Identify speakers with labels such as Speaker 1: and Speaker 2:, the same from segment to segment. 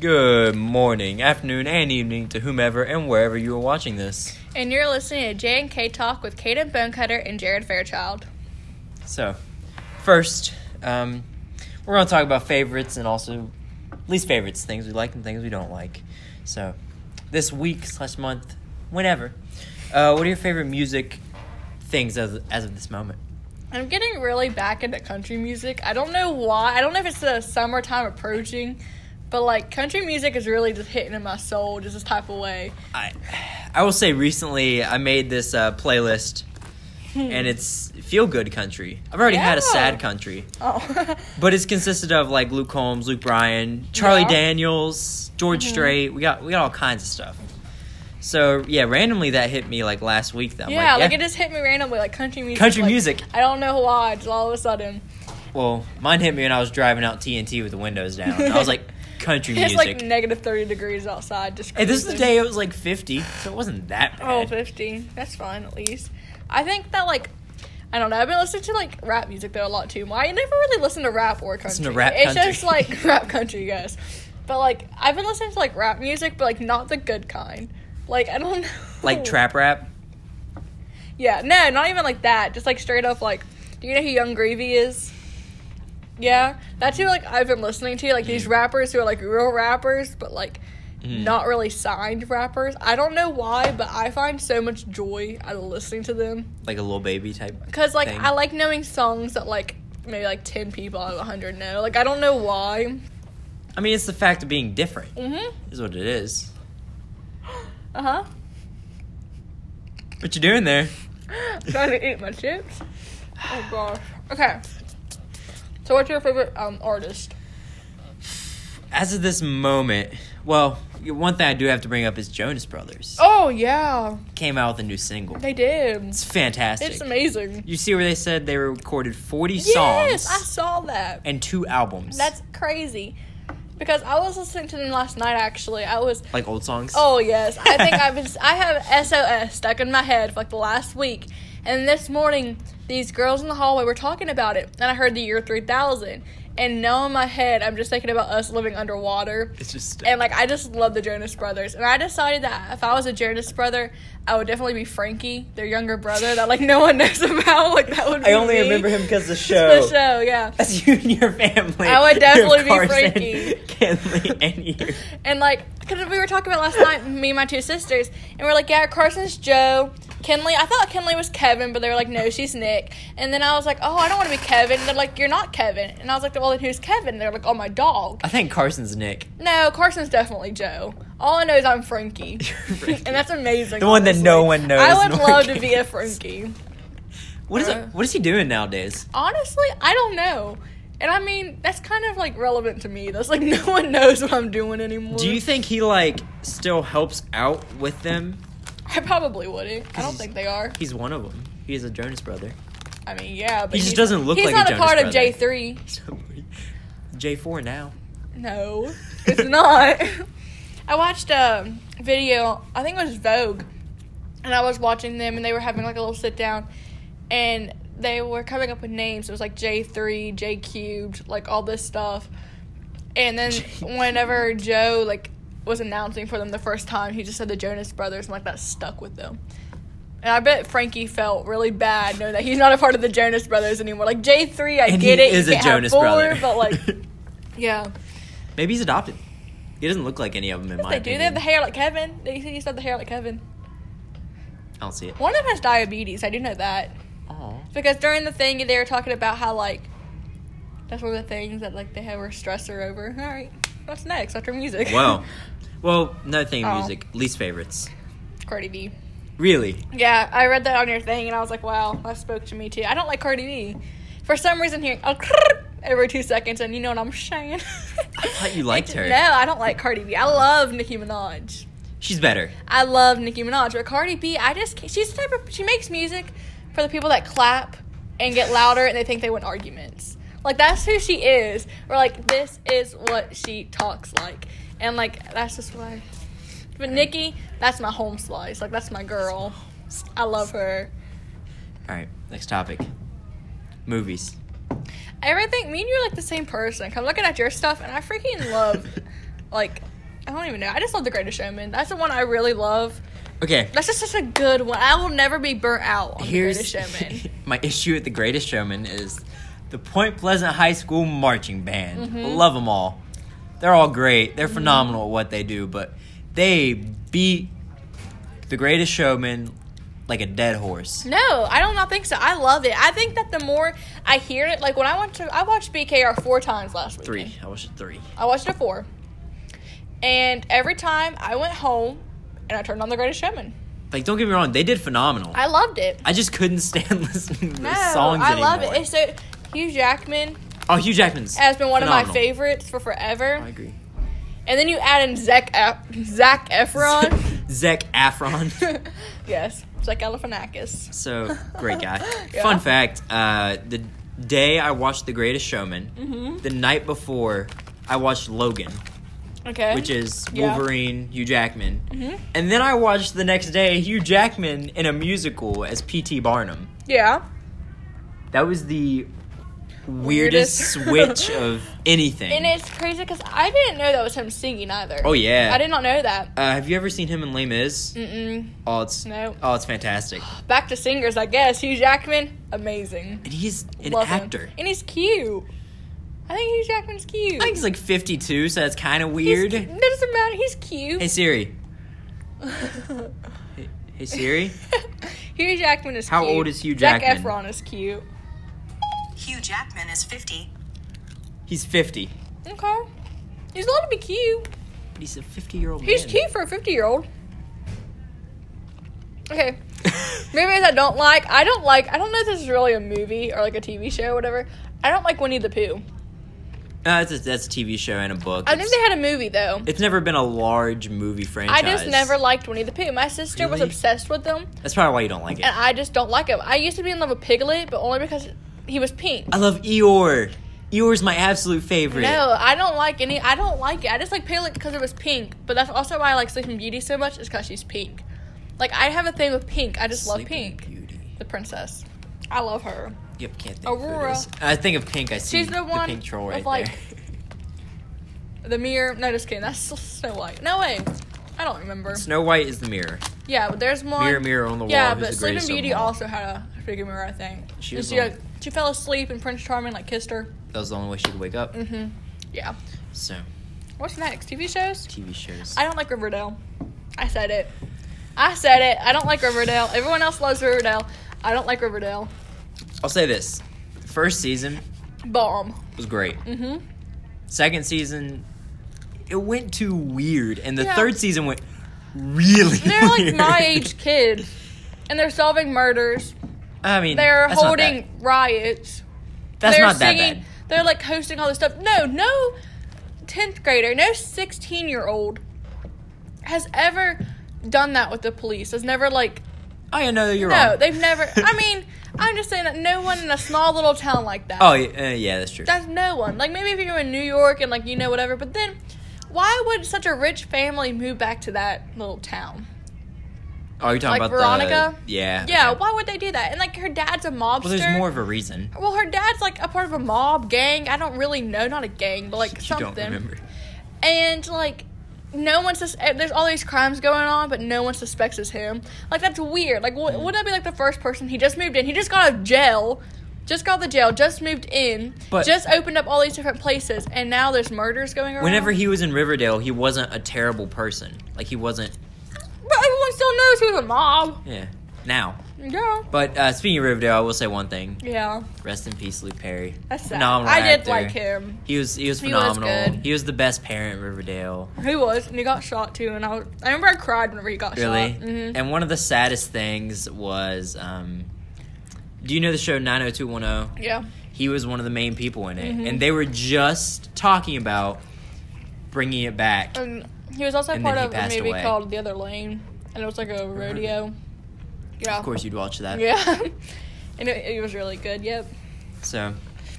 Speaker 1: Good morning, afternoon, and evening to whomever and wherever you are watching this.
Speaker 2: And you're listening to J and K Talk with Kaden Bonecutter and Jared Fairchild.
Speaker 1: So, first, um, we're going to talk about favorites and also least favorites, things we like and things we don't like. So, this week slash month, whenever, uh, what are your favorite music things as, as of this moment?
Speaker 2: I'm getting really back into country music. I don't know why. I don't know if it's the summertime approaching, but like country music is really just hitting in my soul, just this type of way.
Speaker 1: I, I will say recently I made this uh, playlist, and it's feel good country. I've already had a
Speaker 2: Yeah.
Speaker 1: sad country.
Speaker 2: Oh,
Speaker 1: But it's consisted of like Luke Holmes, Luke Bryan, Charlie
Speaker 2: Yeah. Mm-hmm.
Speaker 1: Daniels, George Strait. We got we got all kinds of stuff. So yeah, randomly that hit me like last week. That I'm
Speaker 2: yeah, like
Speaker 1: yeah,
Speaker 2: it just hit me randomly, like country music.
Speaker 1: country
Speaker 2: like,
Speaker 1: music.
Speaker 2: I don't know why. Just all of a sudden,
Speaker 1: Well, mine hit me when I was driving out TNT with the windows down. I was like, country
Speaker 2: it's
Speaker 1: music.
Speaker 2: like negative 30 degrees outside. Just
Speaker 1: and this is the
Speaker 2: cruising.
Speaker 1: day it was like 50, so it wasn't that
Speaker 2: Oh,
Speaker 1: bad.
Speaker 2: 50. That's fine, at least. I think that, like, I don't know. I've been listening to, like, rap music, though, a lot, too. I never really listen to rap or country.
Speaker 1: to rap
Speaker 2: it's
Speaker 1: country.
Speaker 2: just, like, rap country, guys. But, like, I've been listening to, like, rap music, but, like, not the good kind. Like, I don't know.
Speaker 1: Like trap rap.
Speaker 2: Yeah, no, not even like that. Just, like, straight up, like, do you know who Young Gravy is? Yeah. That's who, like, I've been listening to. Like,
Speaker 1: Mm.
Speaker 2: these rappers who are, like, real rappers, but, like,
Speaker 1: Mhm.
Speaker 2: not really signed rappers. I don't know why, but I find so much joy out of listening to them.
Speaker 1: Like a little baby type.
Speaker 2: Cause like
Speaker 1: thing.
Speaker 2: I like knowing songs that like maybe like ten people out of hundred know. Like I don't know why.
Speaker 1: I mean, it's the fact of being different
Speaker 2: Mhm.
Speaker 1: is what it is.
Speaker 2: Uh huh.
Speaker 1: What you doing there?
Speaker 2: Trying to eat my chips. Oh gosh. Okay. So what's your favorite um artist?
Speaker 1: As of this moment, well, one thing I do have to bring up is Jonas Brothers.
Speaker 2: Oh yeah,
Speaker 1: came out with a new single.
Speaker 2: they did.
Speaker 1: It's fantastic.
Speaker 2: It's amazing.
Speaker 1: You see where they said they recorded 40
Speaker 2: Yes, I
Speaker 1: songs
Speaker 2: saw that.
Speaker 1: and two albums.
Speaker 2: That's crazy. Because I was listening to them last night. Actually, I was
Speaker 1: like old songs.
Speaker 2: Oh yes, I think I've been. I have SOS stuck in my head for like the last week, and this morning these girls in the hallway were talking about it, and I heard the year three thousand, and now in my head I'm just thinking about us living underwater,
Speaker 1: It's just
Speaker 2: and like I just love the Jonas Brothers, and I decided that if I was a Jonas Brother, I would definitely be Frankie, their younger brother that like no one knows about. Like that would. Be
Speaker 1: I only
Speaker 2: me.
Speaker 1: remember him because the show.
Speaker 2: The show, yeah.
Speaker 1: That's you and your family.
Speaker 2: I would definitely be
Speaker 1: Carson,
Speaker 2: Frankie.
Speaker 1: Kenley, and you.
Speaker 2: And like, because we were talking about last night, me and my two sisters, and we are like, yeah, Carson's Joe. Kinley, I thought Kinley was Kevin, but they were like, no, she's Nick. And then I was like, oh, I don't want to be Kevin. And they're like, you're not Kevin. And I was like, well, then who's Kevin? And they're like, oh, my dog.
Speaker 1: I think Carson's Nick.
Speaker 2: No, Carson's definitely Joe. All I know is I'm Frankie.
Speaker 1: Frankie.
Speaker 2: and that's amazing.
Speaker 1: The one that no one knows
Speaker 2: I would
Speaker 1: nor
Speaker 2: love to
Speaker 1: cares.
Speaker 2: be a Frankie.
Speaker 1: What is
Speaker 2: Uh.
Speaker 1: what is he doing nowadays?
Speaker 2: Honestly, I don't know. And I mean, that's kind of like relevant to me. That's like, no one knows what I'm doing anymore.
Speaker 1: Do you think he like still helps out with them?
Speaker 2: I probably wouldn't. I don't
Speaker 1: he's-
Speaker 2: think they are.
Speaker 1: He's one of them. He's a Jonas brother.
Speaker 2: I mean, yeah, but
Speaker 1: He just
Speaker 2: he's-
Speaker 1: doesn't look
Speaker 2: he's
Speaker 1: like a
Speaker 2: not a,
Speaker 1: Jonas
Speaker 2: part of
Speaker 1: Brother.
Speaker 2: J three.
Speaker 1: J four now.
Speaker 2: No, it's not. I watched a video. I think it was Vogue, and I was watching them, and they were having like a little sit down, and they were coming up with names. It was like J three, J cubed, like all this stuff. And then whenever Joe like was announcing for them the first time, he just said the Jonas Brothers, and like that stuck with them. And I bet Frankie felt really bad knowing that he's not a part of the Jonas Brothers anymore. Like J three, I
Speaker 1: and
Speaker 2: get
Speaker 1: he
Speaker 2: it, you
Speaker 1: is a
Speaker 2: can't have
Speaker 1: Jonas
Speaker 2: four,
Speaker 1: brother.
Speaker 2: but like yeah.
Speaker 1: Maybe he's adopted. He doesn't look like any of them in
Speaker 2: Yes,
Speaker 1: my
Speaker 2: they do.
Speaker 1: opinion.
Speaker 2: They have the hair like Kevin. They he used to have the hair like Kevin.
Speaker 1: I don't see it. Oh.
Speaker 2: One of them has diabetes. I do know that
Speaker 1: Aw.
Speaker 2: because during the thing they were talking about how like that's one of the things that like they have were stressor over. All right, what's next after music?
Speaker 1: Wow. Well, another thing in
Speaker 2: Oh.
Speaker 1: music, least favorites.
Speaker 2: Cardi B.
Speaker 1: Really?
Speaker 2: Yeah, I read that on your thing and I was like, wow, that spoke to me too. I don't like Cardi B. For some reason, hearing a every two seconds, and you know what I'm saying. I
Speaker 1: thought you liked her.
Speaker 2: No, I don't like Cardi B. I love Nicki Minaj.
Speaker 1: She's better.
Speaker 2: I love Nicki Minaj, but Cardi B, I just can't- she's the type of she makes music for the people that clap and get louder and they think they win arguments. Like that's who she is. Or like this is what she talks like, and like that's just why. But Nicki, that's my home slice. Like that's my girl. I love her.
Speaker 1: All right, next topic. Movies.
Speaker 2: Everything. Me and you are like the same person. 'cause I'm looking at your stuff and I freaking love like I don't even know. I just love The Greatest Showman. That's the one I really love.
Speaker 1: Okay.
Speaker 2: That's just such a good one. I will never be burnt out on The
Speaker 1: Here's
Speaker 2: Greatest Showman.
Speaker 1: my issue with the Greatest Showman is the Point Pleasant High School marching band.
Speaker 2: Mm-hmm.
Speaker 1: Love them all. They're all great. They're phenomenal at what they do, but they beat the Greatest Showman like a dead horse.
Speaker 2: No, I don't not think so. I love it. I think that the more I hear it, like when I went to I watched BKR four times last week.
Speaker 1: Three. I wish it three.
Speaker 2: I watched it four. And every time I went home and I turned on The Greatest Showman.
Speaker 1: Like, don't get me wrong, they did phenomenal. I,
Speaker 2: I loved it.
Speaker 1: just couldn't stand listening to
Speaker 2: No,
Speaker 1: the songs
Speaker 2: I
Speaker 1: anymore.
Speaker 2: love it. It's so Hugh Jackman
Speaker 1: oh, Hugh Jackman's
Speaker 2: has been one of my
Speaker 1: phenomenal.
Speaker 2: favorites for forever.
Speaker 1: Oh, I agree.
Speaker 2: and then you add in Zac Ef- Zac Efron.
Speaker 1: Zac Afron.
Speaker 2: yes, Zac Galifianakis.
Speaker 1: So great guy.
Speaker 2: Yeah.
Speaker 1: Fun fact: uh, the day I watched The Greatest Showman, the night before I watched Logan,
Speaker 2: Okay. Mm-hmm.
Speaker 1: which is
Speaker 2: Yeah.
Speaker 1: Wolverine, Hugh Jackman, and then I watched the next day Hugh Jackman in a musical as P.T. Barnum.
Speaker 2: yeah.
Speaker 1: That was the weirdest
Speaker 2: Weirdest.
Speaker 1: switch of anything.
Speaker 2: And it's crazy because I didn't know that was him singing either.
Speaker 1: oh yeah.
Speaker 2: I did not know that.
Speaker 1: Uh, have you ever seen him in Les Mis?
Speaker 2: Mm-mm.
Speaker 1: Oh, it's
Speaker 2: Mm, No.
Speaker 1: oh, it's fantastic,
Speaker 2: Back to singers, I guess. Hugh Jackman, amazing.
Speaker 1: and he's an
Speaker 2: Love him.
Speaker 1: actor.
Speaker 2: And he's cute. I think Hugh Jackman's cute.
Speaker 1: I think he's like 52, so that's kind of
Speaker 2: He's-
Speaker 1: weird.
Speaker 2: That doesn't matter. He's cute.
Speaker 1: Hey Siri. Hey, hey Siri.
Speaker 2: Hugh Jackman is
Speaker 1: How
Speaker 2: cute.
Speaker 1: old is Hugh
Speaker 2: Zac
Speaker 1: Jackman?
Speaker 2: Efron is cute.
Speaker 3: Hugh Jackman is 50.
Speaker 1: He's 50.
Speaker 2: Okay. He's allowed to be cute.
Speaker 1: But he's a 50 year old man.
Speaker 2: He's cute for a 50 year old. Okay. Movies I don't like. I don't like. I don't know if this is really a movie or like a TV show or whatever. I don't like Winnie the Pooh.
Speaker 1: Uh, that's, a, that's a TV show and a book.
Speaker 2: I think
Speaker 1: it's,
Speaker 2: they had a movie though.
Speaker 1: it's never been a large movie franchise.
Speaker 2: I just never liked Winnie the Pooh. My sister was
Speaker 1: Really?
Speaker 2: obsessed with them,
Speaker 1: That's probably why you don't like it.
Speaker 2: and I just don't like him. I used to be in love with Piglet, but only because he was pink.
Speaker 1: I love Eeyore. Eeyore's my absolute favorite.
Speaker 2: No, I don't like any. I don't like it. I just like Piglet because it was pink. But that's also why I like Sleeping Beauty so much is because she's pink. Like I have a thing with pink. I just love
Speaker 1: Sleeping
Speaker 2: pink.
Speaker 1: Beauty.
Speaker 2: The princess. I love her.
Speaker 1: Yep, can't think Aurora.
Speaker 2: Aurora.
Speaker 1: I think of pink. I see
Speaker 2: She's the one
Speaker 1: pink troll
Speaker 2: with,
Speaker 1: right
Speaker 2: like-
Speaker 1: there.
Speaker 2: The mirror. No, just kidding. That's Snow White. No way. I don't remember.
Speaker 1: Snow White is the mirror.
Speaker 2: Yeah, but there's one.
Speaker 1: Mirror, mirror on the wall.
Speaker 2: Yeah,
Speaker 1: who's
Speaker 2: but
Speaker 1: the
Speaker 2: Sleeping
Speaker 1: greatest of
Speaker 2: Beauty
Speaker 1: them all?
Speaker 2: also had a figure mirror, I think.
Speaker 1: She
Speaker 2: And
Speaker 1: was
Speaker 2: she,
Speaker 1: on-
Speaker 2: like, she fell asleep, and Prince Charming like kissed her.
Speaker 1: That was the only way she could wake up.
Speaker 2: Mm-hmm. Yeah.
Speaker 1: So,
Speaker 2: What's next? TV shows?
Speaker 1: TV shows.
Speaker 2: I don't like Riverdale. I said it. I said it. I don't like Riverdale. Everyone else loves Riverdale. I don't like Riverdale.
Speaker 1: I'll say this. First season
Speaker 2: Bomb.
Speaker 1: was great.
Speaker 2: hmm
Speaker 1: Second season, it went too weird, and the
Speaker 2: Yeah.
Speaker 1: third season went really.
Speaker 2: They're like
Speaker 1: weird.
Speaker 2: my age kids, and they're solving murders.
Speaker 1: I mean,
Speaker 2: They're
Speaker 1: that's not that-
Speaker 2: holding riots.
Speaker 1: That's
Speaker 2: they're
Speaker 1: not that
Speaker 2: singing.
Speaker 1: bad.
Speaker 2: They're like hosting all this stuff. No, no, tenth grader, no sixteen year old has ever done that with the police. Has never like
Speaker 1: I know Oh, you're
Speaker 2: no,
Speaker 1: wrong.
Speaker 2: they've never. I mean, I'm just saying that no one in a small little town like that.
Speaker 1: oh yeah, uh, yeah, that's true.
Speaker 2: That's no one. Like maybe if you're in New York and like you know whatever, but then why would such a rich family move back to that little town?
Speaker 1: oh, you're talking about
Speaker 2: like Veronica?
Speaker 1: The, yeah.
Speaker 2: Yeah,
Speaker 1: okay.
Speaker 2: why would they do that? And like her dad's a mobster.
Speaker 1: Well, there's more of a reason.
Speaker 2: Well, her dad's like a part of a mob gang. I don't really know, not a gang, but like
Speaker 1: you
Speaker 2: something.
Speaker 1: don't remember.
Speaker 2: And like no one sus- eh, there's all these crimes going on, but no one suspects it's him. Like that's weird. Like
Speaker 1: Mm.
Speaker 2: w- wouldn't that be like the first person he just moved in? He just got out of jail. Just got out of jail, just moved in,
Speaker 1: But-
Speaker 2: just opened up all these different places, and now there's murders going around.
Speaker 1: Whenever he was in Riverdale, he wasn't a terrible person. Like he wasn't.
Speaker 2: But everyone still knows he was a mob.
Speaker 1: Yeah. Now,
Speaker 2: Yeah.
Speaker 1: but uh, speaking of Riverdale, I will say one thing.
Speaker 2: Yeah.
Speaker 1: Rest in peace, Luke Perry.
Speaker 2: That's sad.
Speaker 1: Phenomenal
Speaker 2: I did
Speaker 1: actor.
Speaker 2: like him.
Speaker 1: He was he was
Speaker 2: He was
Speaker 1: phenomenal.
Speaker 2: good.
Speaker 1: he was the best parent in Riverdale.
Speaker 2: He was, and he got shot too. And I, was, I remember I cried whenever he got
Speaker 1: Really?
Speaker 2: shot. Mhm.
Speaker 1: And one of the saddest things was um, do you know the show 90210?
Speaker 2: Yeah.
Speaker 1: He was one of the main people in
Speaker 2: Mm-hmm.
Speaker 1: it. And they were just talking about bringing it back.
Speaker 2: And Um, he was also
Speaker 1: And
Speaker 2: part
Speaker 1: then he
Speaker 2: of a
Speaker 1: passed
Speaker 2: movie
Speaker 1: away. Mm-hmm.
Speaker 2: called The Other Lane, and it was like a rodeo. Yeah.
Speaker 1: Of course, you'd watch that.
Speaker 2: Yeah. and it, it was really good. Yep.
Speaker 1: So,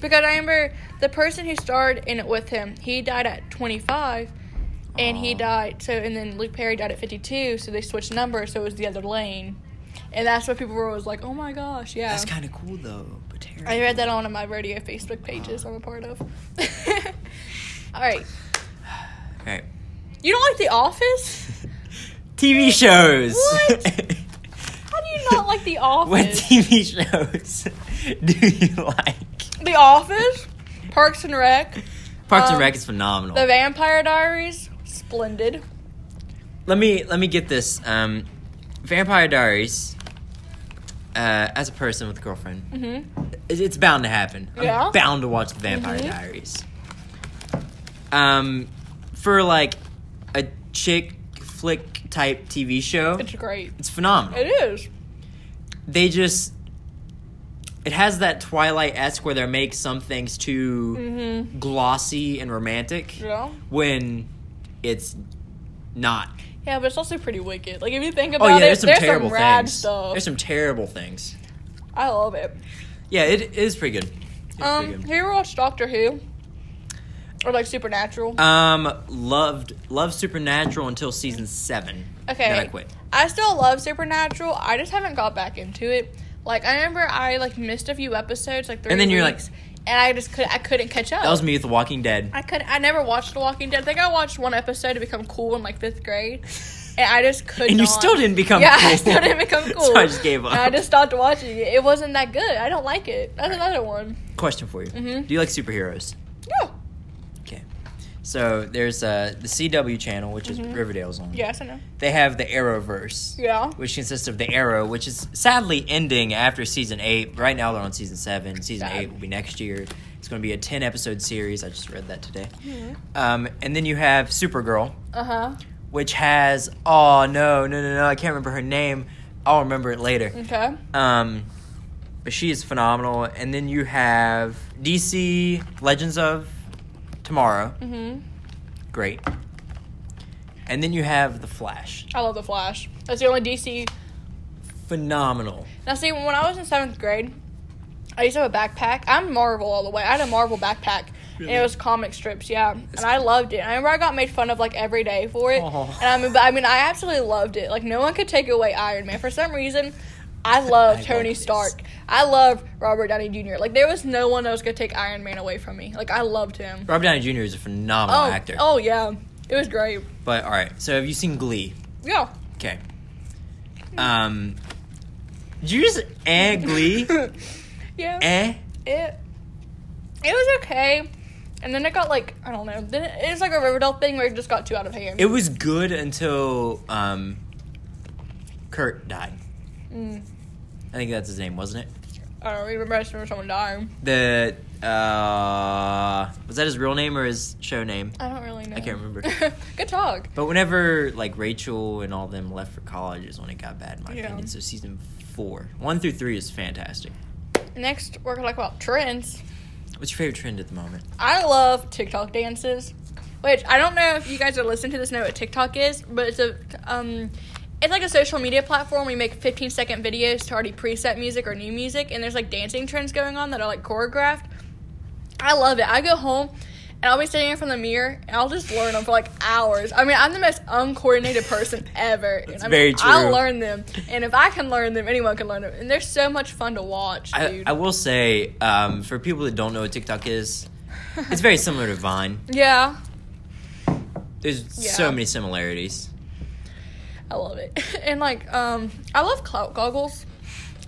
Speaker 2: Because I remember the person who starred in it with him, he died at 25, and he
Speaker 1: Aw.
Speaker 2: died. So and then Luke Perry died at 52. So they switched numbers. So it was The Other Lane, and that's what people were always like, "Oh my gosh, yeah."
Speaker 1: that's kind of cool, though. But terrible.
Speaker 2: I read that on one of my radio Facebook pages I'm a part of. All right.
Speaker 1: All right.
Speaker 2: You don't like The Office?
Speaker 1: TV shows.
Speaker 2: What? How do you not like The Office?
Speaker 1: what TV shows do you like?
Speaker 2: The Office, Parks and Rec,
Speaker 1: Parks
Speaker 2: Um,
Speaker 1: and Rec is phenomenal.
Speaker 2: The Vampire Diaries, splendid.
Speaker 1: let me let me get this. Um, Vampire Diaries. Uh, as a person with a girlfriend,
Speaker 2: hmm
Speaker 1: it- it's bound to happen.
Speaker 2: Yeah.
Speaker 1: I'm bound to watch the Vampire
Speaker 2: Mhm.
Speaker 1: Diaries. Um, for like a chick flick type TV show,
Speaker 2: It's great.
Speaker 1: it's phenomenal.
Speaker 2: It is.
Speaker 1: They just it has that Twilight esque where they make some things too
Speaker 2: Mm-hmm.
Speaker 1: glossy and romantic
Speaker 2: Yeah.
Speaker 1: when it's not.
Speaker 2: Yeah, but it's also pretty wicked. Like if you think
Speaker 1: Oh
Speaker 2: about
Speaker 1: yeah,
Speaker 2: it,
Speaker 1: there's some terrible
Speaker 2: rad
Speaker 1: things.
Speaker 2: stuff.
Speaker 1: There's some terrible things.
Speaker 2: I love it.
Speaker 1: Yeah, it, it is pretty good. It's
Speaker 2: Um,
Speaker 1: pretty
Speaker 2: have
Speaker 1: good.
Speaker 2: you ever watched Doctor Who? Or like Supernatural?
Speaker 1: Um, loved loved Supernatural until season seven.
Speaker 2: Okay.
Speaker 1: then I quit.
Speaker 2: I still love Supernatural. I just haven't got back into it. Like I remember I like missed a few episodes, like three.
Speaker 1: then you're like-
Speaker 2: weeks, and I just could I couldn't catch up.
Speaker 1: That was me with The Walking Dead.
Speaker 2: I could I never watched The Walking Dead. I think I watched one episode to become cool in like fifth grade, and I just could.
Speaker 1: And you
Speaker 2: not.
Speaker 1: still didn't become
Speaker 2: yeah,
Speaker 1: cool.
Speaker 2: I still didn't become cool.
Speaker 1: so I just gave up.
Speaker 2: And I just stopped watching it. It wasn't that good. I don't like it. That's another one.
Speaker 1: Question for you:
Speaker 2: Mhm.
Speaker 1: Do you like superheroes?
Speaker 2: Yeah.
Speaker 1: Okay. So there's uh, the CW channel, which
Speaker 2: Mm-hmm.
Speaker 1: is Riverdale's on.
Speaker 2: Yes, I know.
Speaker 1: They have the Arrowverse.
Speaker 2: Yeah.
Speaker 1: Which consists of the Arrow, which is sadly ending after season eight. Right now they're on season seven. Season
Speaker 2: Sad.
Speaker 1: eight will be next year. It's going to be a ten episode series. I just read that today.
Speaker 2: Mm-hmm.
Speaker 1: Um, and then you have Supergirl,
Speaker 2: Uh huh.
Speaker 1: which has oh no no no no I can't remember her name. I'll remember it later.
Speaker 2: Okay.
Speaker 1: Um, but she is phenomenal. And then you have DC Legends of Tomorrow.
Speaker 2: Mhm.
Speaker 1: Great. And then you have The Flash.
Speaker 2: I love The Flash. That's the only DC
Speaker 1: Phenomenal.
Speaker 2: Now, see, when I was in seventh grade, I used to have a backpack. I'm Marvel all the way. I had a Marvel backpack. And it was comic strips, yeah. And I loved it. I remember I got made fun of like every day for it.
Speaker 1: Aw.
Speaker 2: And I mean, but I mean, I absolutely loved it. Like no one could take away Iron Man for some reason. I love
Speaker 1: I
Speaker 2: Tony
Speaker 1: love this.
Speaker 2: Stark. I love Robert Downey Jr. Like there was no one that was gonna take Iron Man away from me. Like I loved him.
Speaker 1: Robert Downey Jr. is a phenomenal
Speaker 2: oh,
Speaker 1: actor.
Speaker 2: oh yeah, it was great.
Speaker 1: But all right, so have you seen Glee?
Speaker 2: Yeah.
Speaker 1: Okay. Um, did you just eh Glee?
Speaker 2: yeah.
Speaker 1: eh?
Speaker 2: it it was okay and then it got like i don't know then it, it's like a riverdale thing where it just got too out of hand
Speaker 1: It was good until um, Kurt died.
Speaker 2: mm,
Speaker 1: I think that's his name, wasn't it?
Speaker 2: i don't remember i just remember someone dying
Speaker 1: The uh, was that his real name or his show name?
Speaker 2: i don't really know
Speaker 1: I can't remember.
Speaker 2: good talk
Speaker 1: But whenever like Rachel and all them left for college is when it got bad, in my
Speaker 2: Yeah.
Speaker 1: opinion. So season four, one through three is fantastic.
Speaker 2: next we're gonna talk about trends
Speaker 1: What's your favorite trend at the moment?
Speaker 2: i love tiktok dances which i don't know if you guys are listening to this know what tiktok is but it's a um it's like a social media platform where you make 15 second videos to already preset music or new music and there's like dancing trends going on that are like choreographed I love it. I go home and I'll be standing in front of the mirror and I'll just learn them for like hours. I mean, I'm the most uncoordinated person ever.
Speaker 1: That's
Speaker 2: and I
Speaker 1: very true.
Speaker 2: I'll learn them. And if I can learn them, anyone can learn them. And they're so much fun to watch,
Speaker 1: I,
Speaker 2: dude.
Speaker 1: I will say um, for people that don't know what TikTok is, it's very similar to Vine.
Speaker 2: yeah,
Speaker 1: There's
Speaker 2: Yeah.
Speaker 1: so many similarities.
Speaker 2: I love it. And like, um, I love clout goggles.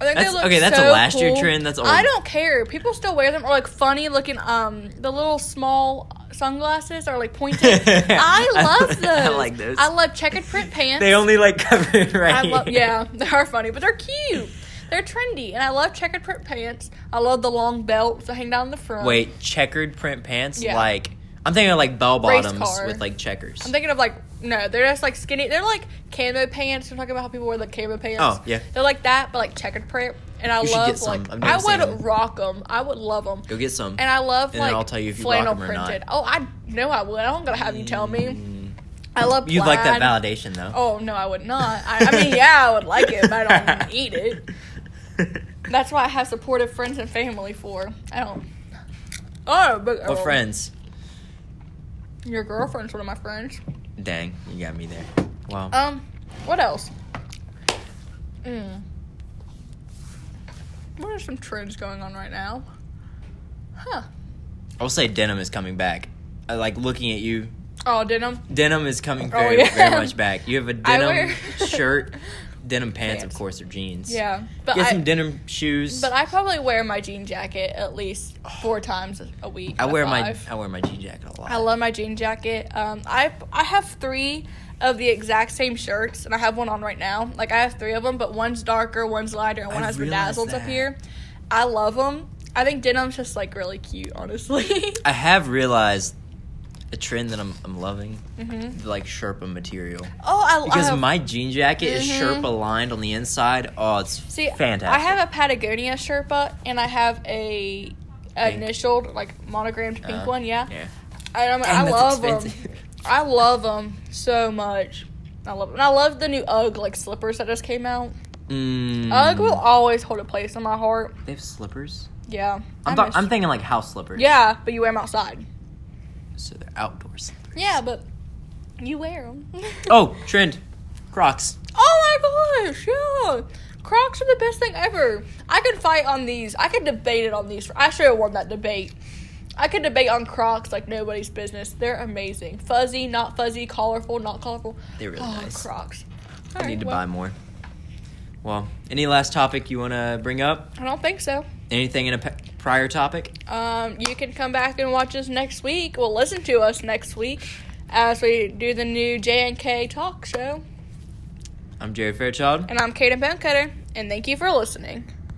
Speaker 2: I think
Speaker 1: That's-
Speaker 2: they look
Speaker 1: okay, that's a
Speaker 2: so
Speaker 1: last year
Speaker 2: cool.
Speaker 1: trend, that's old.
Speaker 2: I don't care. People still wear them or like funny looking um the little small sunglasses are like pointed. I love those.
Speaker 1: I like those.
Speaker 2: I love checkered print pants.
Speaker 1: They only like cover it right
Speaker 2: I love
Speaker 1: here.
Speaker 2: yeah, they are funny, but they're cute. They're trendy, and I love checkered print pants. I love the long belts that hang down the front.
Speaker 1: Wait, checkered print pants?
Speaker 2: Yeah.
Speaker 1: Like, I'm thinking of like bell
Speaker 2: Race
Speaker 1: bottoms
Speaker 2: car.
Speaker 1: with like checkers.
Speaker 2: I'm thinking of like no, they're just like skinny. They're like camo pants. We're talking about how people wear like camo pants.
Speaker 1: Oh, yeah.
Speaker 2: they're like that, but like checkered print. And I
Speaker 1: You should
Speaker 2: love
Speaker 1: get some.
Speaker 2: like
Speaker 1: I've
Speaker 2: I
Speaker 1: never
Speaker 2: would
Speaker 1: seen 'em.
Speaker 2: rock them. I would love them.
Speaker 1: Go get some.
Speaker 2: And I love
Speaker 1: And then
Speaker 2: like
Speaker 1: I'll tell you if you rock
Speaker 2: flannel
Speaker 1: 'em or not. Mm.
Speaker 2: printed. Oh, I know I would. I don't gotta have you tell me. I love.
Speaker 1: You'd like that
Speaker 2: plaid.
Speaker 1: validation though.
Speaker 2: Oh no, I would not. I, I mean, yeah, I would like it, but I don't eat it. That's why I have supportive friends and family for. I don't. Oh, but
Speaker 1: What friends?
Speaker 2: Your girlfriend's one of my friends.
Speaker 1: Dang, you got me there. Wow.
Speaker 2: Um, what else? Mm. What are some trends going on right now? Huh?
Speaker 1: I'll say denim is coming back. I like looking at you.
Speaker 2: Oh, denim.
Speaker 1: Denim is coming
Speaker 2: Oh,
Speaker 1: very,
Speaker 2: yeah.
Speaker 1: very much back. You have a
Speaker 2: I
Speaker 1: denim
Speaker 2: wear-
Speaker 1: shirt, denim pants,
Speaker 2: Pants.
Speaker 1: of course, or jeans.
Speaker 2: Yeah, but
Speaker 1: Get
Speaker 2: I,
Speaker 1: some denim shoes.
Speaker 2: but I probably wear my jean jacket at least four times a week.
Speaker 1: I
Speaker 2: not
Speaker 1: wear my
Speaker 2: five.
Speaker 1: I wear my jean jacket a lot.
Speaker 2: I love my jean jacket. Um, I I have three of the exact same shirts, and I have one on right now. Like I have three of them, but one's darker, one's lighter, and one
Speaker 1: I
Speaker 2: has
Speaker 1: realized
Speaker 2: bedazzles up
Speaker 1: that.
Speaker 2: here. I love them. I think denim's just like really cute, honestly.
Speaker 1: I have realized a trend that I'm I'm loving,
Speaker 2: hmm
Speaker 1: like Sherpa material.
Speaker 2: Oh, I
Speaker 1: Because
Speaker 2: I-
Speaker 1: my jean jacket is
Speaker 2: Mhm.
Speaker 1: Sherpa lined on the inside. Oh, it's
Speaker 2: See,
Speaker 1: fantastic.
Speaker 2: I have a Patagonia Sherpa and I have a, a
Speaker 1: Pink.
Speaker 2: initialed, like monogrammed pink
Speaker 1: Uh,
Speaker 2: one. Yeah,
Speaker 1: Yeah.
Speaker 2: I, I'm- I
Speaker 1: Dang, that's
Speaker 2: love them.
Speaker 1: expensive.
Speaker 2: I love them so much. I love them. And I love the new UGG like slippers that just came out.
Speaker 1: Mm,
Speaker 2: UGG will always hold a place in my heart.
Speaker 1: They have slippers.
Speaker 2: Yeah,
Speaker 1: I'm,
Speaker 2: I
Speaker 1: th-
Speaker 2: miss-
Speaker 1: I'm thinking like house slippers.
Speaker 2: yeah, but you wear them outside.
Speaker 1: So they're outdoor slippers.
Speaker 2: Yeah, but you wear them.
Speaker 1: Oh, trend. Crocs.
Speaker 2: Oh my gosh, yeah. Crocs are the best thing ever. I could fight on these. I could debate it on these. I should have won that debate. I could debate on Crocs like nobody's business. They're amazing. Fuzzy, not fuzzy, colorful, not colorful.
Speaker 1: They're really
Speaker 2: oh,
Speaker 1: nice.
Speaker 2: Crocs.
Speaker 1: I need to
Speaker 2: well,
Speaker 1: buy more. Well, any last topic you want to bring up?
Speaker 2: I don't think so.
Speaker 1: Anything in a pe- prior topic?
Speaker 2: Um, you can come back and watch us next week. Well, listen to us next week as we do the new J&K talk show.
Speaker 1: I'm Jared Fairchild.
Speaker 2: And I'm Kaden Bonecutter, and thank you for listening.